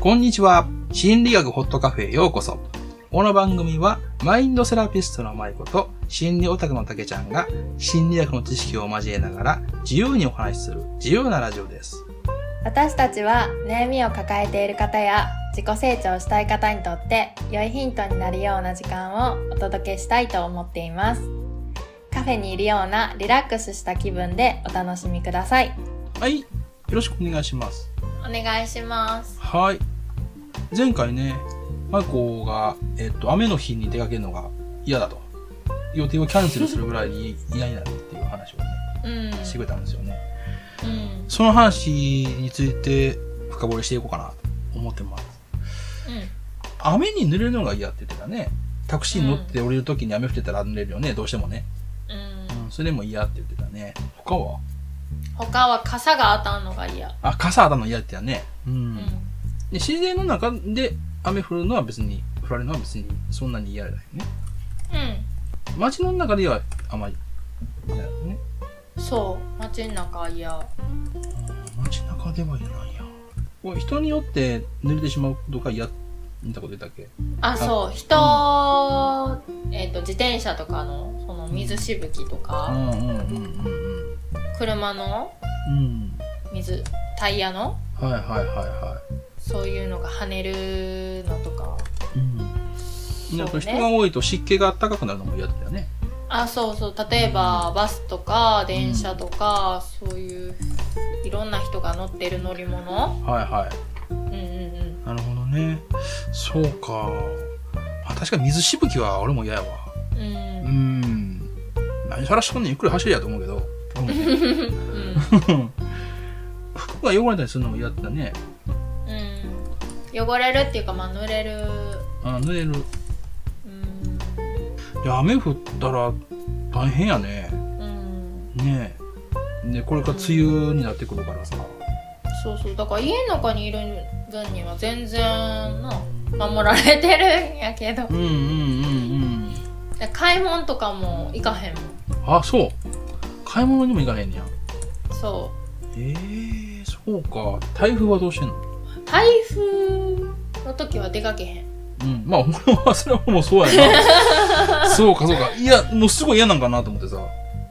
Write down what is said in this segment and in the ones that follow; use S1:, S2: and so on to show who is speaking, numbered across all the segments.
S1: こんにちは。心理学ホットカフェへようこそ。この番組は、マインドセラピストの舞子と、心理オタクの竹ちゃんが、心理学の知識を交えながら、自由にお話しする、自由なラジオです。
S2: 私たちは悩みを抱えている方や自己成長したい方にとって良いヒントになるような時間をお届けしたいと思っていますカフェにいるようなリラックスした気分でお楽しみください
S1: はい。よろしくお願いします。
S2: お願いします
S1: はい。前回ね、舞子が、えっと、雨の日に出かけるのが嫌だと。予定をキャンセルするぐらいに嫌になるっていう話をね、
S2: うん
S1: してくれたんですよね。
S2: うん
S1: その話について深掘りしていこうかなと思ってます。雨に濡れるのが嫌って言ってたね。タクシーに乗って降りるときに雨降ってたら濡れるよね、どうしてもね。
S2: うんうん
S1: うん、それでも嫌って言ってたね。他は
S2: 他は傘が当たんのが嫌
S1: あ、傘当たるの嫌って言ってたね。うん。
S2: うん
S1: で、自然の中で雨降るのは別に、降られるのは別にそんなに嫌だよね。街の中ではあんまり嫌だよね。
S2: うんそう街の中は嫌
S1: うん街中では嫌なんや。こう人によって濡れてしまうことが嫌みたこと言ったっけ
S2: あそう人、えっと自転車とかのその水しぶきと
S1: う
S2: か、
S1: んうんうんうん
S2: 車の
S1: うん。うん。
S2: 水タイヤの
S1: はいはいはいは
S2: そういうのが跳ねるのとか
S1: い。うん。やっぱ人が多いと湿気が暖かくなるのも嫌だったよね。
S2: あそうそう例えばバスとか電車とか、そういういろんな人が乗ってる乗り物
S1: はいはい。
S2: うんうんうん
S1: なるほどね。そうか。あ確かに水しぶきは俺も嫌やわ。
S2: う
S1: うんん。何さらしとんねんゆっくり走りやと思うけど。うん
S2: うん
S1: 服が汚れたりするのも嫌だったね。
S2: うん汚れるっていうかまあ濡れる
S1: あ濡れる。
S2: うん
S1: いや雨降ったら大変やね。
S2: うん
S1: ねえ。ねこれから梅雨になってくるからさ。
S2: そうそうだから家の中にいる分には全然な守られてるんやけど
S1: うんうんうん
S2: で買い物とかも行かへんもん
S1: うん。あ、そう。買い物にも行かねえんねや。
S2: そう
S1: えー、そうか。台風はどうしてんの
S2: 台風の時は出かけへん
S1: うん。まあ、 俺はそれはもうそうやな。そうか、そうか。いや、もうすごい嫌なんかなと思ってさ。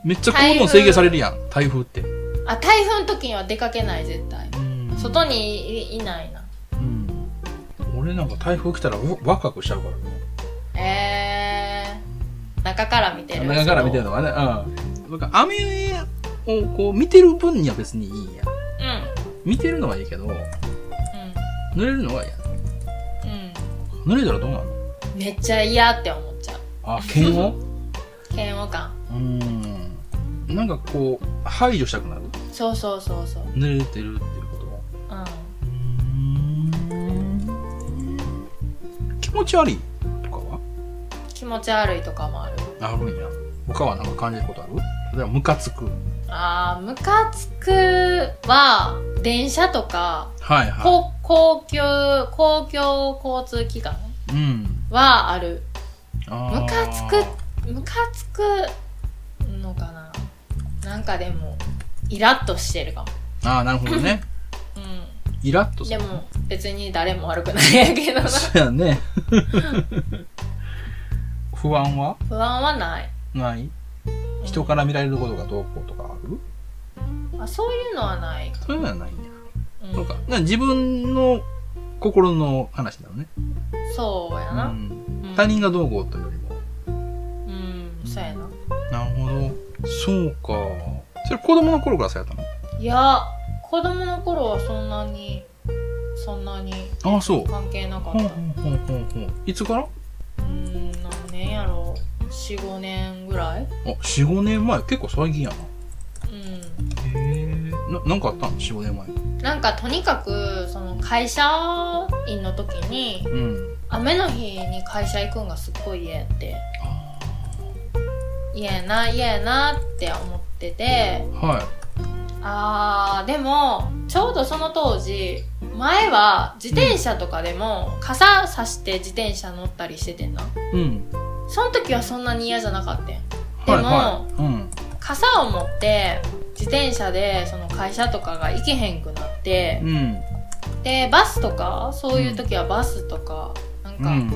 S1: めっちゃ行動制限されるやん。台風って。
S2: あ台風の時には出かけない絶対
S1: うん
S2: 外にいいないな
S1: うん。俺なんか台風来たらワワクワクしちゃうからね。
S2: えー、中から見てる
S1: 中から見てるのがね。うん。なんか雨をこう見てる分には別にいいんや。
S2: うん
S1: 見てるのはいいけど、濡れるのは嫌。
S2: うん
S1: 濡
S2: う
S1: れたらどうなるの
S2: んめっちゃ嫌って思っちゃう
S1: あ、嫌悪
S2: 嫌悪感
S1: うん。なんかこう、排除したくなる。
S2: そうそうそうそううん
S1: 濡れてるっていうことは。気持ち悪いとかは
S2: 気持ち悪いとかもある
S1: あるんや他はなんか感じることある例えばムカつく
S2: あームカつくは電車とか
S1: はいは
S2: 公公共公共交通機関
S1: いうん
S2: はある
S1: ム
S2: ムカつくムカつくのかななんかでもイラッとしてるかも
S1: ああなるほど ね
S2: う
S1: イラッと
S2: ん
S1: す
S2: で
S1: る
S2: も別に誰も悪くないやけ どな
S1: そうやね不安は
S2: 不安はない
S1: ない人から見られることがどうこうとかある
S2: あそういうのはない、
S1: そういうのはないんや
S2: うん
S1: そうかなんか自分の心の話なのね、
S2: そうや
S1: う
S2: な、
S1: ん、
S2: うん
S1: 他人がどうこうというよりも
S2: うんそうやな
S1: なるほど。そうか。それ子供の頃からそうやった
S2: いや子供の頃はそんなにそんなに
S1: のああ、そう。
S2: 関係なかっ
S1: ほん
S2: た
S1: ほんほんほんほん。いつからあ、
S2: うん何年やろ45年ぐらい
S1: 4、5年前。結構最近や
S2: うん
S1: な。へえ。な、なんかあったん ?4、5年前。
S2: なんかとにかくその会社員の時に
S1: うん。
S2: 雨の日に会社行くんがすっごい嫌やって
S1: あ
S2: 嫌やな嫌やなって思ってて
S1: ーはい。
S2: あーでもちょうどその当時前は自転車とかでも傘さして自転車乗ったりしててんな
S1: うん。
S2: その時はそんなに嫌じゃなかったん
S1: はい
S2: でも
S1: はい。うん。
S2: 傘を持って自転車でその会社とかが行けへんくなって
S1: うん。
S2: でバスとかそういう時はバスとか、
S1: う
S2: なんか、
S1: ん。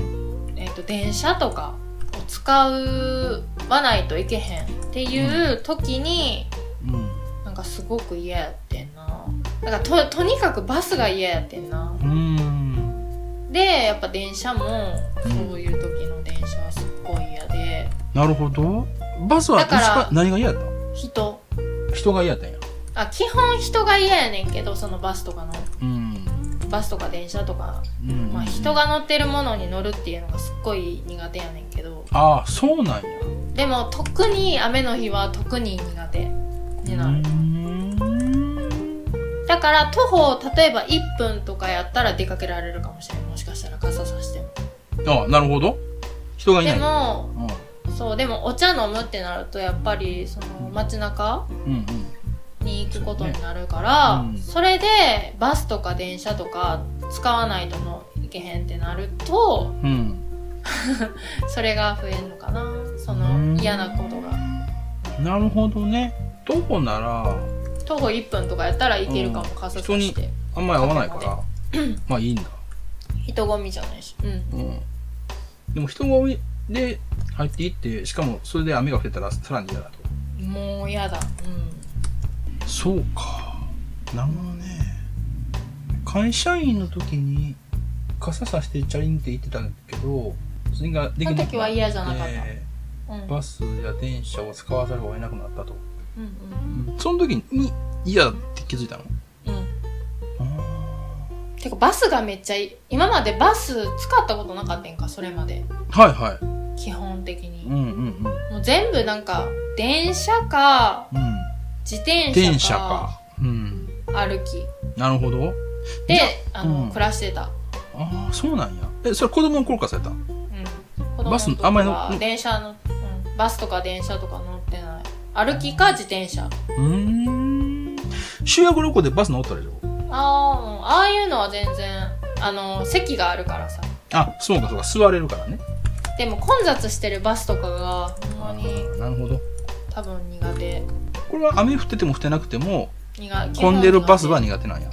S2: えー、と電車とかを使うわないといけへんっていう時に、
S1: うん。
S2: なんかすごく嫌やってんなだからととにかくバスが嫌やってんな
S1: うん。
S2: でやっぱ電車もそういう時の電車はすっごい嫌で
S1: なるほど。バスは
S2: だから
S1: 一番何が嫌だっ
S2: 人
S1: た人が嫌だったんや。
S2: あ基本人が嫌やねんけどそのバスとかの
S1: うん。
S2: バスとか電車とか、
S1: うん
S2: まあ、人。が乗ってるものに乗るっていうのがすっごい苦手やねんけど
S1: ああ、そうなんや。
S2: でも特に雨の日は特に苦手にな
S1: う
S2: る、
S1: ん
S2: だから徒歩例えば1分とかやったら出かけられるかもしれないもしかしたら傘さしても
S1: ああ、なるほど。人がい
S2: で
S1: ない。
S2: も
S1: うん。
S2: そうでもお茶飲むってなるとやっぱりその街中
S1: うん
S2: に行くことになるから
S1: そうねうん
S2: そ,、れでバスとか電車とか使わないとのいけへんってなると
S1: うん。うん。
S2: それが増えるのかなそ
S1: うん
S2: の嫌なことが
S1: なるほどね。徒歩なら、
S2: 徒歩1分とかやったらいけるかも
S1: うん
S2: 傘さ
S1: 人に
S2: して
S1: あんまり合わないから、 まあいいんだ。
S2: 人混みじゃないしうん
S1: うん。でも人混みで入っていって、しかもそれで雨が降ってたらさらに嫌だと。
S2: もう嫌だうん
S1: そうか。なるほどね。会社員の時に傘さしてチャリンって行ってたけど、それができなくなって
S2: その時は嫌じゃなかったうん
S1: バスや電車を使わざるを得なくなったと。
S2: うん
S1: その時に嫌だって気づいたの
S2: うんうん
S1: あ
S2: てかバスがめっちゃいい今までバス使ったことなかったんかそれまで
S1: ーはいはい。
S2: 基本的に、
S1: うんうんうん。
S2: もう全部なんか電車か
S1: うん。
S2: 自転車か
S1: 電車か。うん。
S2: 歩き
S1: なるほど。
S2: であの、
S1: うん
S2: 暮らしてた、
S1: ああ、そうなんや。え、それ子供の頃からされた
S2: うん、子供
S1: バス
S2: の時
S1: あんまり
S2: は
S1: のうん
S2: 電車の、うん、バスとか電車とか乗ってない歩きか自転車
S1: うーん。修学旅行でバス乗ったでしょ
S2: あー、うん、ああいうのは全然あの席があるからさ
S1: あ、そうかそうか、座れるからね。
S2: でも混雑してるバスとかがほんまに
S1: なるほど。
S2: 多分苦手
S1: これは雨降ってても降ってなくても、
S2: 苦手
S1: 混んでるバスは苦手なんや。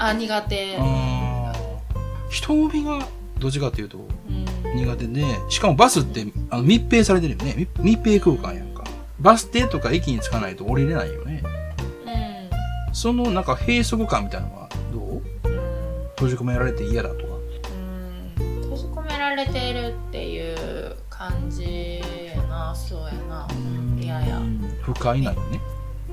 S2: あ苦手
S1: あー人混みがどっちかというと
S2: うん
S1: 苦手で、しかもバスってあの密閉されてるよね。密密閉空間やんか。バス停とか駅に着かないと降りれないよね。
S2: うん
S1: そのなんか閉塞感みたいなのはどう
S2: うん
S1: 閉じ込められて嫌だとか。
S2: うん閉じ込められてるっていう感じやなそうやなうんいやいや
S1: うん不快なんよね。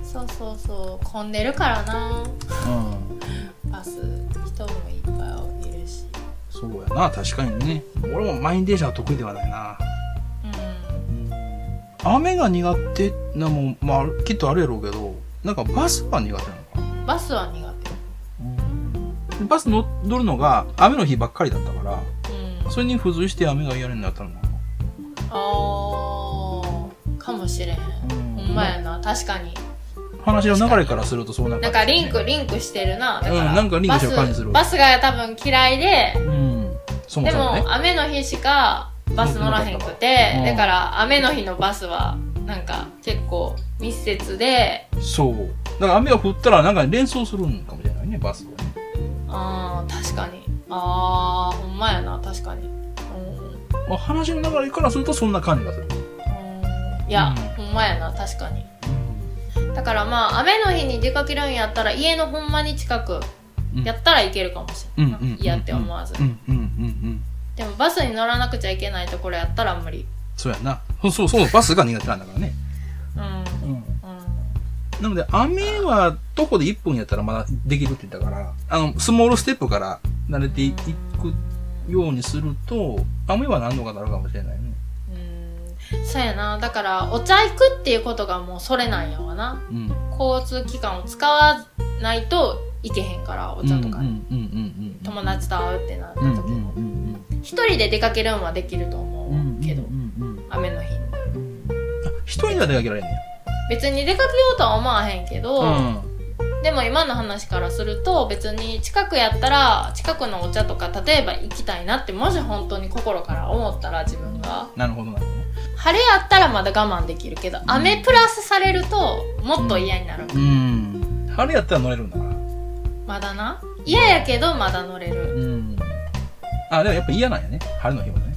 S2: そうそうそう混んでるから
S1: う
S2: な
S1: ん。
S2: バス人もいっぱいいるし
S1: そうやな、確かにね。俺も満員電車は得意ではないな。
S2: うん
S1: 雨が苦手なもん、まあ、きっとあるやろうけど、なんかバスは苦手なのか
S2: バスは苦
S1: な。バス乗乗るのが雨の日ばっかりだったから、
S2: 手うんあ
S1: それに付随して雨が嫌になったのかな。
S2: あーかもしれへん
S1: うん
S2: ほんまやな確かに
S1: 話の流れからするとそうな
S2: なんかリンクリンクしてるなだから、
S1: うんなんかリンクしてる感じする
S2: バスバスが多分嫌いで
S1: うん。そも
S2: で
S1: そもね
S2: も。雨の日しかバス乗らへんくて、
S1: うん
S2: だから雨の日のバスはなんか結構密接で
S1: そう。だから雨が降ったらなんか連想するんかもしれないね、バスをね。
S2: あー確かにあーほんまやな確かにうん
S1: まあ、話の流れからするとそんな感じがする。
S2: うんいや、
S1: う
S2: ほんまやな確かにだからまあ雨の日に出かけるんやったら家のほんまに近く
S1: うん
S2: やったらいけるかもし
S1: う
S2: れ
S1: ん
S2: な
S1: う
S2: い、
S1: んうん
S2: 嫌って思わず、
S1: うんうんうんうん。
S2: でもバスに乗らなくちゃいけないところやったら無理
S1: そうやな。そうそうそう、バスが苦手なんだからね。
S2: うん
S1: うん。
S2: う
S1: なので、雨は徒歩で1分やったらまだできるって言ったから、あの、スモールステップから慣れていくようにすると、雨は何度かなるかもしれないね。
S2: んうんそうやなだからお茶行くっていうことがもうそれなんやわな
S1: うん。
S2: 交通機関を使わないといけへんからお茶とか
S1: うんうんう
S2: に、
S1: んうん。
S2: 友達と会うってなった
S1: うんうん
S2: 時も
S1: うん
S2: 一、人で出かけるんはできると思
S1: う。
S2: うん
S1: うん
S2: けど、
S1: うんうん
S2: 雨の日に
S1: うん。あ一人では出かけられんね
S2: 別に出かけようとは思わへんけど、
S1: や。
S2: でも今の話からすると別に近くやったら近くのお茶とか例えば行きたいなってもし本当に心から思ったら自分が
S1: うん。なるほどなるほどね。
S2: 晴れやったらまだ我慢できるけど雨プラスされるともっと嫌になる、
S1: うん。晴れやったら乗れるんだから。
S2: まだな嫌やけどまだ乗れる
S1: うん。あ、でもやっぱ嫌なんやね。春の日もね。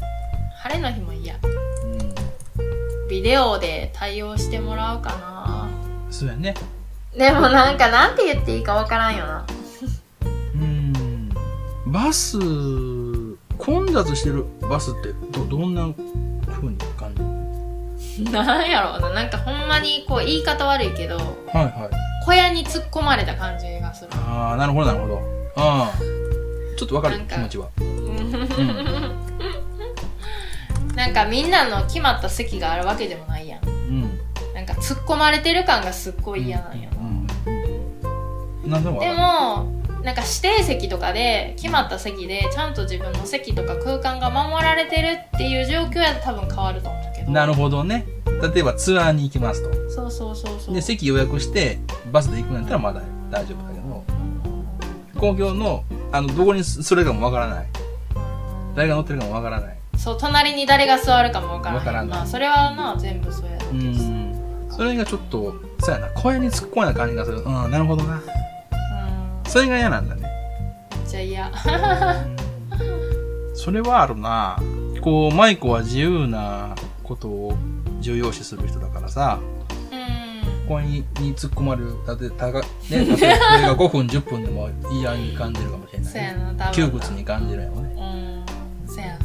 S2: 晴れの日も嫌
S1: うん。
S2: ビデオで対応してもらうかな
S1: そうやね。
S2: でもなんかなんて言っていいかわからんよな
S1: うん。バス、混雑してるバスってど、どんな風に感じる
S2: なんやろうななんかほんまにこう言い方悪いけど
S1: はいはい。
S2: 小屋に突っ込まれた感じがする
S1: ああ、なるほどなるほど。ああ。ちょっとわかる
S2: なんか
S1: 気持ちは。
S2: なんかみんなの決まった席があるわけでもないやん
S1: うん。
S2: なんか突っ込まれてる感がすっごい嫌なんやな、
S1: うん。なんでもわか
S2: で
S1: る。
S2: もなんか指定席とかで決まった席でちゃんと自分の席とか空間が守られてるっていう状況やと多分変わると思うけど
S1: なるほどね。例えばツアーに行きますと。
S2: そうそうそうそう
S1: で、席予約して、バスで行くんやったらまだ大丈夫だけど、公共の、あの、どこにそれかもわからない。誰が乗ってるかもわからない。
S2: そう隣に誰が座るかもわからん
S1: わからんな
S2: まあそれはな全部そうやろ
S1: う
S2: うけどさうん
S1: ん。それがちょっと、そうやな、小屋に突っ込んだ感じがする。うん、なるほどな。それが嫌なんだね。
S2: じゃあ嫌
S1: それはあるな。こう、マイコは自由なことを重要視する人だからさ、
S2: うん
S1: ここにに突っ込まれる、だって、たか、ね、例えばこれが5分、10分でも嫌に感じるかもしれない、
S2: そうや
S1: ね。
S2: な多分
S1: 窮屈に感じるよね。
S2: うんそうやなきっ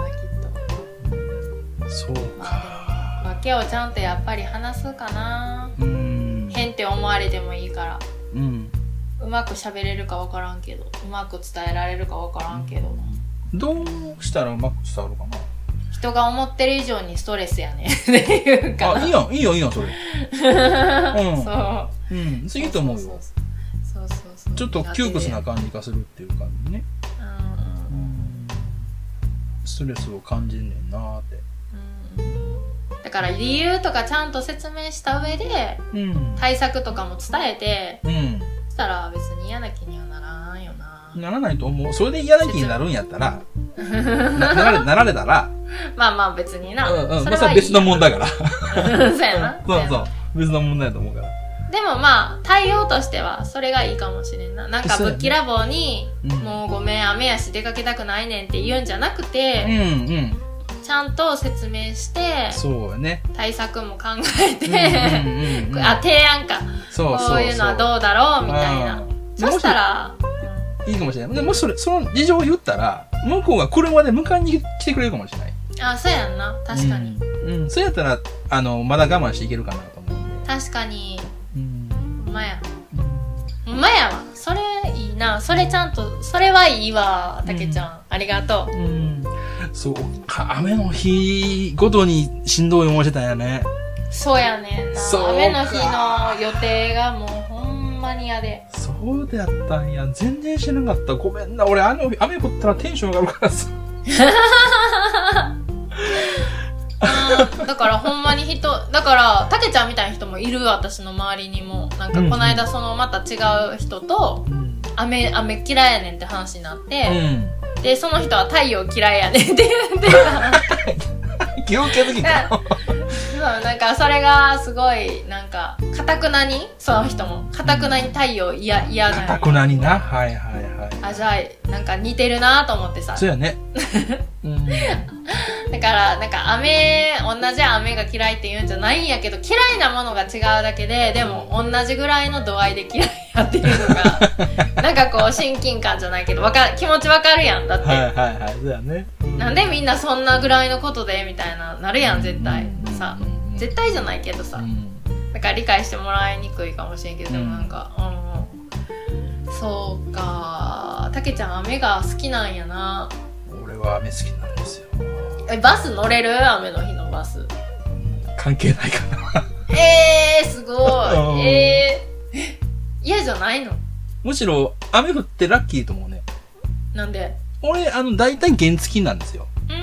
S2: と
S1: そう
S2: ま
S1: か。
S2: あでも訳をちゃんとやっぱり話すかな
S1: うん。
S2: 変って思われてもいいから
S1: うん。
S2: うまく喋れるかわからんけどうまく伝えられるかわからんけど
S1: どうしたらうまく伝わるかな
S2: 人が思ってる以上にストレスやね っていうか
S1: あ、いいよ、いいよ、いいよ、そ れ。うん
S2: そう
S1: うん。次と思うよ。
S2: そうそうそう
S1: ちょっと窮屈な感じがするっていう感じね。
S2: うんうん
S1: ストレスを感じんねんなーって。
S2: うんだから理由とかちゃんと説明した上で
S1: うん。
S2: 対策とかも伝えて
S1: うん。
S2: そしたら別に嫌な気にはならんよな
S1: ならないと思う。それで嫌な気になるんやったら、 ななられなられたら、
S2: まあまあ別にな、
S1: うんうん。
S2: そ
S1: ま
S2: れ
S1: あ、それ
S2: は
S1: はい
S2: い
S1: 別の問題だから。
S2: そうやな
S1: そう
S2: そ
S1: そう
S2: やな
S1: う。別の問題だと思うから。
S2: でもまあ対応としてはそれがいいかもしれんななんか
S1: そうや
S2: ぶ
S1: ね
S2: っきらぼうに
S1: うん
S2: 「もうごめん雨やし出かけたくないねん」って言うんじゃなく
S1: うん
S2: て、
S1: うん。
S2: ちゃんと説明して
S1: そうや ね。
S2: 対策も考え
S1: う
S2: て
S1: ん、うんうんうん
S2: あ提案か
S1: そうそうそ
S2: こういうのはどうだろうみたいな
S1: うん
S2: そしたら
S1: もしいいかもしれない。でもしそれ、その事情を言ったら、向こうが車で迎えに来てくれるかもしれない。
S2: あそうやんな確かに、
S1: うん。うん。それやったら、あの、まだ我慢していけるかなと思うんで。
S2: 確かに
S1: うん。
S2: ほんまやほんまやわそれいいなそれちゃんとそれはいいわたけちゃん、ありがと
S1: う
S2: う
S1: ん。そうか、雨の日ごとにしんどい思いしてたんやね。
S2: そうやねんな
S1: そうか
S2: 雨の日の予定がもうほんまに嫌で
S1: そうだったんや。全然してなかった。ごめんな。俺、あの日、雨降ったらテンション上がるからさ。
S2: うんだからほんまに人だからたけちゃんみたいな人もいる私の周りにもなんか
S1: うん
S2: この間そのまた違う人と
S1: うん。
S2: 雨雨嫌いやねんって話になって、
S1: うん。
S2: で、その人は太陽嫌いやねんって言ってた。
S1: 気をつけか。
S2: そう、なんかそれがすごい、なんか、かたくなに、その人も、かたくなに太陽嫌、嫌
S1: か
S2: な
S1: た
S2: の。
S1: くなにな。はいはいはい。
S2: あ、じゃあ、なんか似てるなと思ってさ。
S1: そうや ね。うん。
S2: だから、なんか雨、同じ雨が嫌いって言うんじゃないんやけど、嫌いなものが違うだけで、でも同じぐらいの度合いで嫌いやっていうのが、 なんかこう親近感じゃないけど、わか、気持ちわかるやん、だって。
S1: はいはいはい。そうやね。
S2: なんでみんなそんなぐらいのことでみたいな、なるやん、絶対
S1: うん。
S2: さ
S1: う。ん
S2: 絶対じゃないけどさ。
S1: うん
S2: だから理解してもらいにくいかもしれんけど、でも
S1: うん
S2: なんか、うんうん、そうかたけちゃん雨が好きなんやな
S1: 俺は雨好きなんですよ。
S2: えバス乗れる雨の日のバス
S1: 関係ないかな。
S2: えー、すご
S1: うん
S2: いえーえ嫌じゃないの
S1: むしろ、雨降ってラッキーと思うね。
S2: なんで
S1: 俺、あの、大体原付きなんですよ。
S2: うーん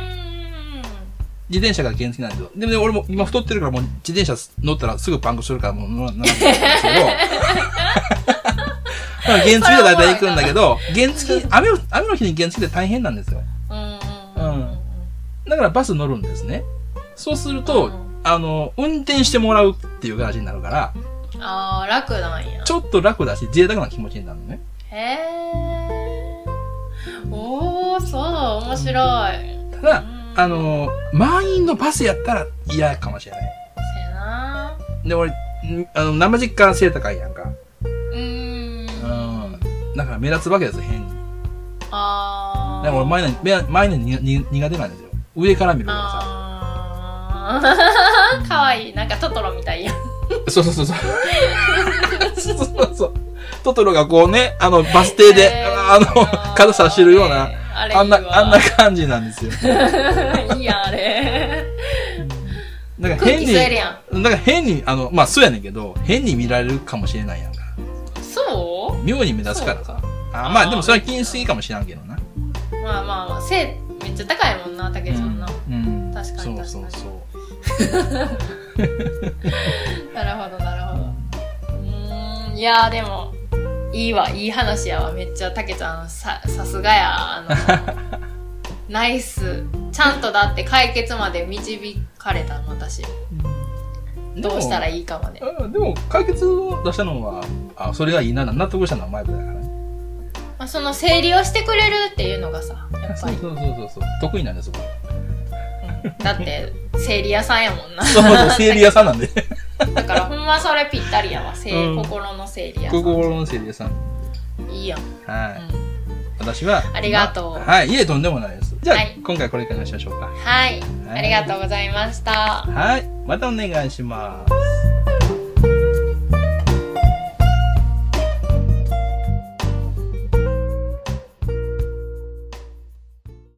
S1: 自転車が原付なんですよ。でもね、俺も今太ってるからもう自転車乗ったらすぐパンクするからもう乗ら乗らないんですけど。 まあ原付で大体行くんだけど、原付、雨の雨の日に原付で大変なんですよ。
S2: うんうんうんうん
S1: だからバス乗るんですね。そうすると、
S2: うん
S1: あの、運転してもらうっていう形になるから、
S2: あー楽なんや
S1: ちょっと楽だし、贅沢な気持ちになるのね。
S2: へえ面白い。
S1: ただ、あ
S2: うん、
S1: の満員のバスやったら嫌かもしれない。
S2: せやな。
S1: で、俺、んあの、生実感性高いやんか。
S2: うーん。
S1: うん。だから目立つわけですよ、変に。
S2: あ
S1: だ
S2: ー。
S1: から俺、前の、目前のにに苦手なんですよ。上から見るからさ。
S2: あー。 かわいい。なんかトトロみたいやん。
S1: そうそうそうそう。そうそうそう。トトロがこうね、あの、バス停で、
S2: えー
S1: あの、傘差してるような、。
S2: あれいいわ
S1: あんな、あんな感じなん ですよ。
S2: いいやん、あれ。
S1: だから
S2: 空
S1: 変
S2: 気
S1: に、
S2: 吸える
S1: だ
S2: やん。
S1: から変に、あの、まあ、そうやねんけど、変に見られるかもしれないやんか。
S2: そ
S1: 妙に目立つからさ。あ
S2: あー
S1: まあ、でもそれは気にしすぎかもしらんけどな。
S2: うまあまあまあ、背めっちゃ高いもんな、たけちゃんな。
S1: うん。
S2: 確かに確かに
S1: そうそうそう。
S2: なるほど、なるほど。うーん、いやーでも、いいわ、いい話やわ。めっちゃたけちゃん、さ、さすがや。 あの、ナイス。ちゃんとだって解決まで導かれた、私。どうしたら
S1: い
S2: いいかまで。
S1: でも解決を出したのはあそれはいいな納得したのはマイブだからね
S2: まあ、その整理をしてくれるっていうのがさ、やっ
S1: そ
S2: ぱ
S1: う
S2: り。
S1: そうそうそうそう得意なんです 僕
S2: うんだって、整理屋さんやもんな。
S1: そうそう整理屋さんなんで
S2: だからほんまそれぴったりやわ。せい
S1: うん
S2: 心の整理やさん。
S1: 心の整理屋さん
S2: いいやん。
S1: はい、
S2: うん
S1: 私は
S2: ありがとう
S1: まはいいえとんでもないですじゃあ、
S2: はい
S1: 今回これからにしましょうか
S2: はい。
S1: はい
S2: ありがとうございました。
S1: はいまたお願いします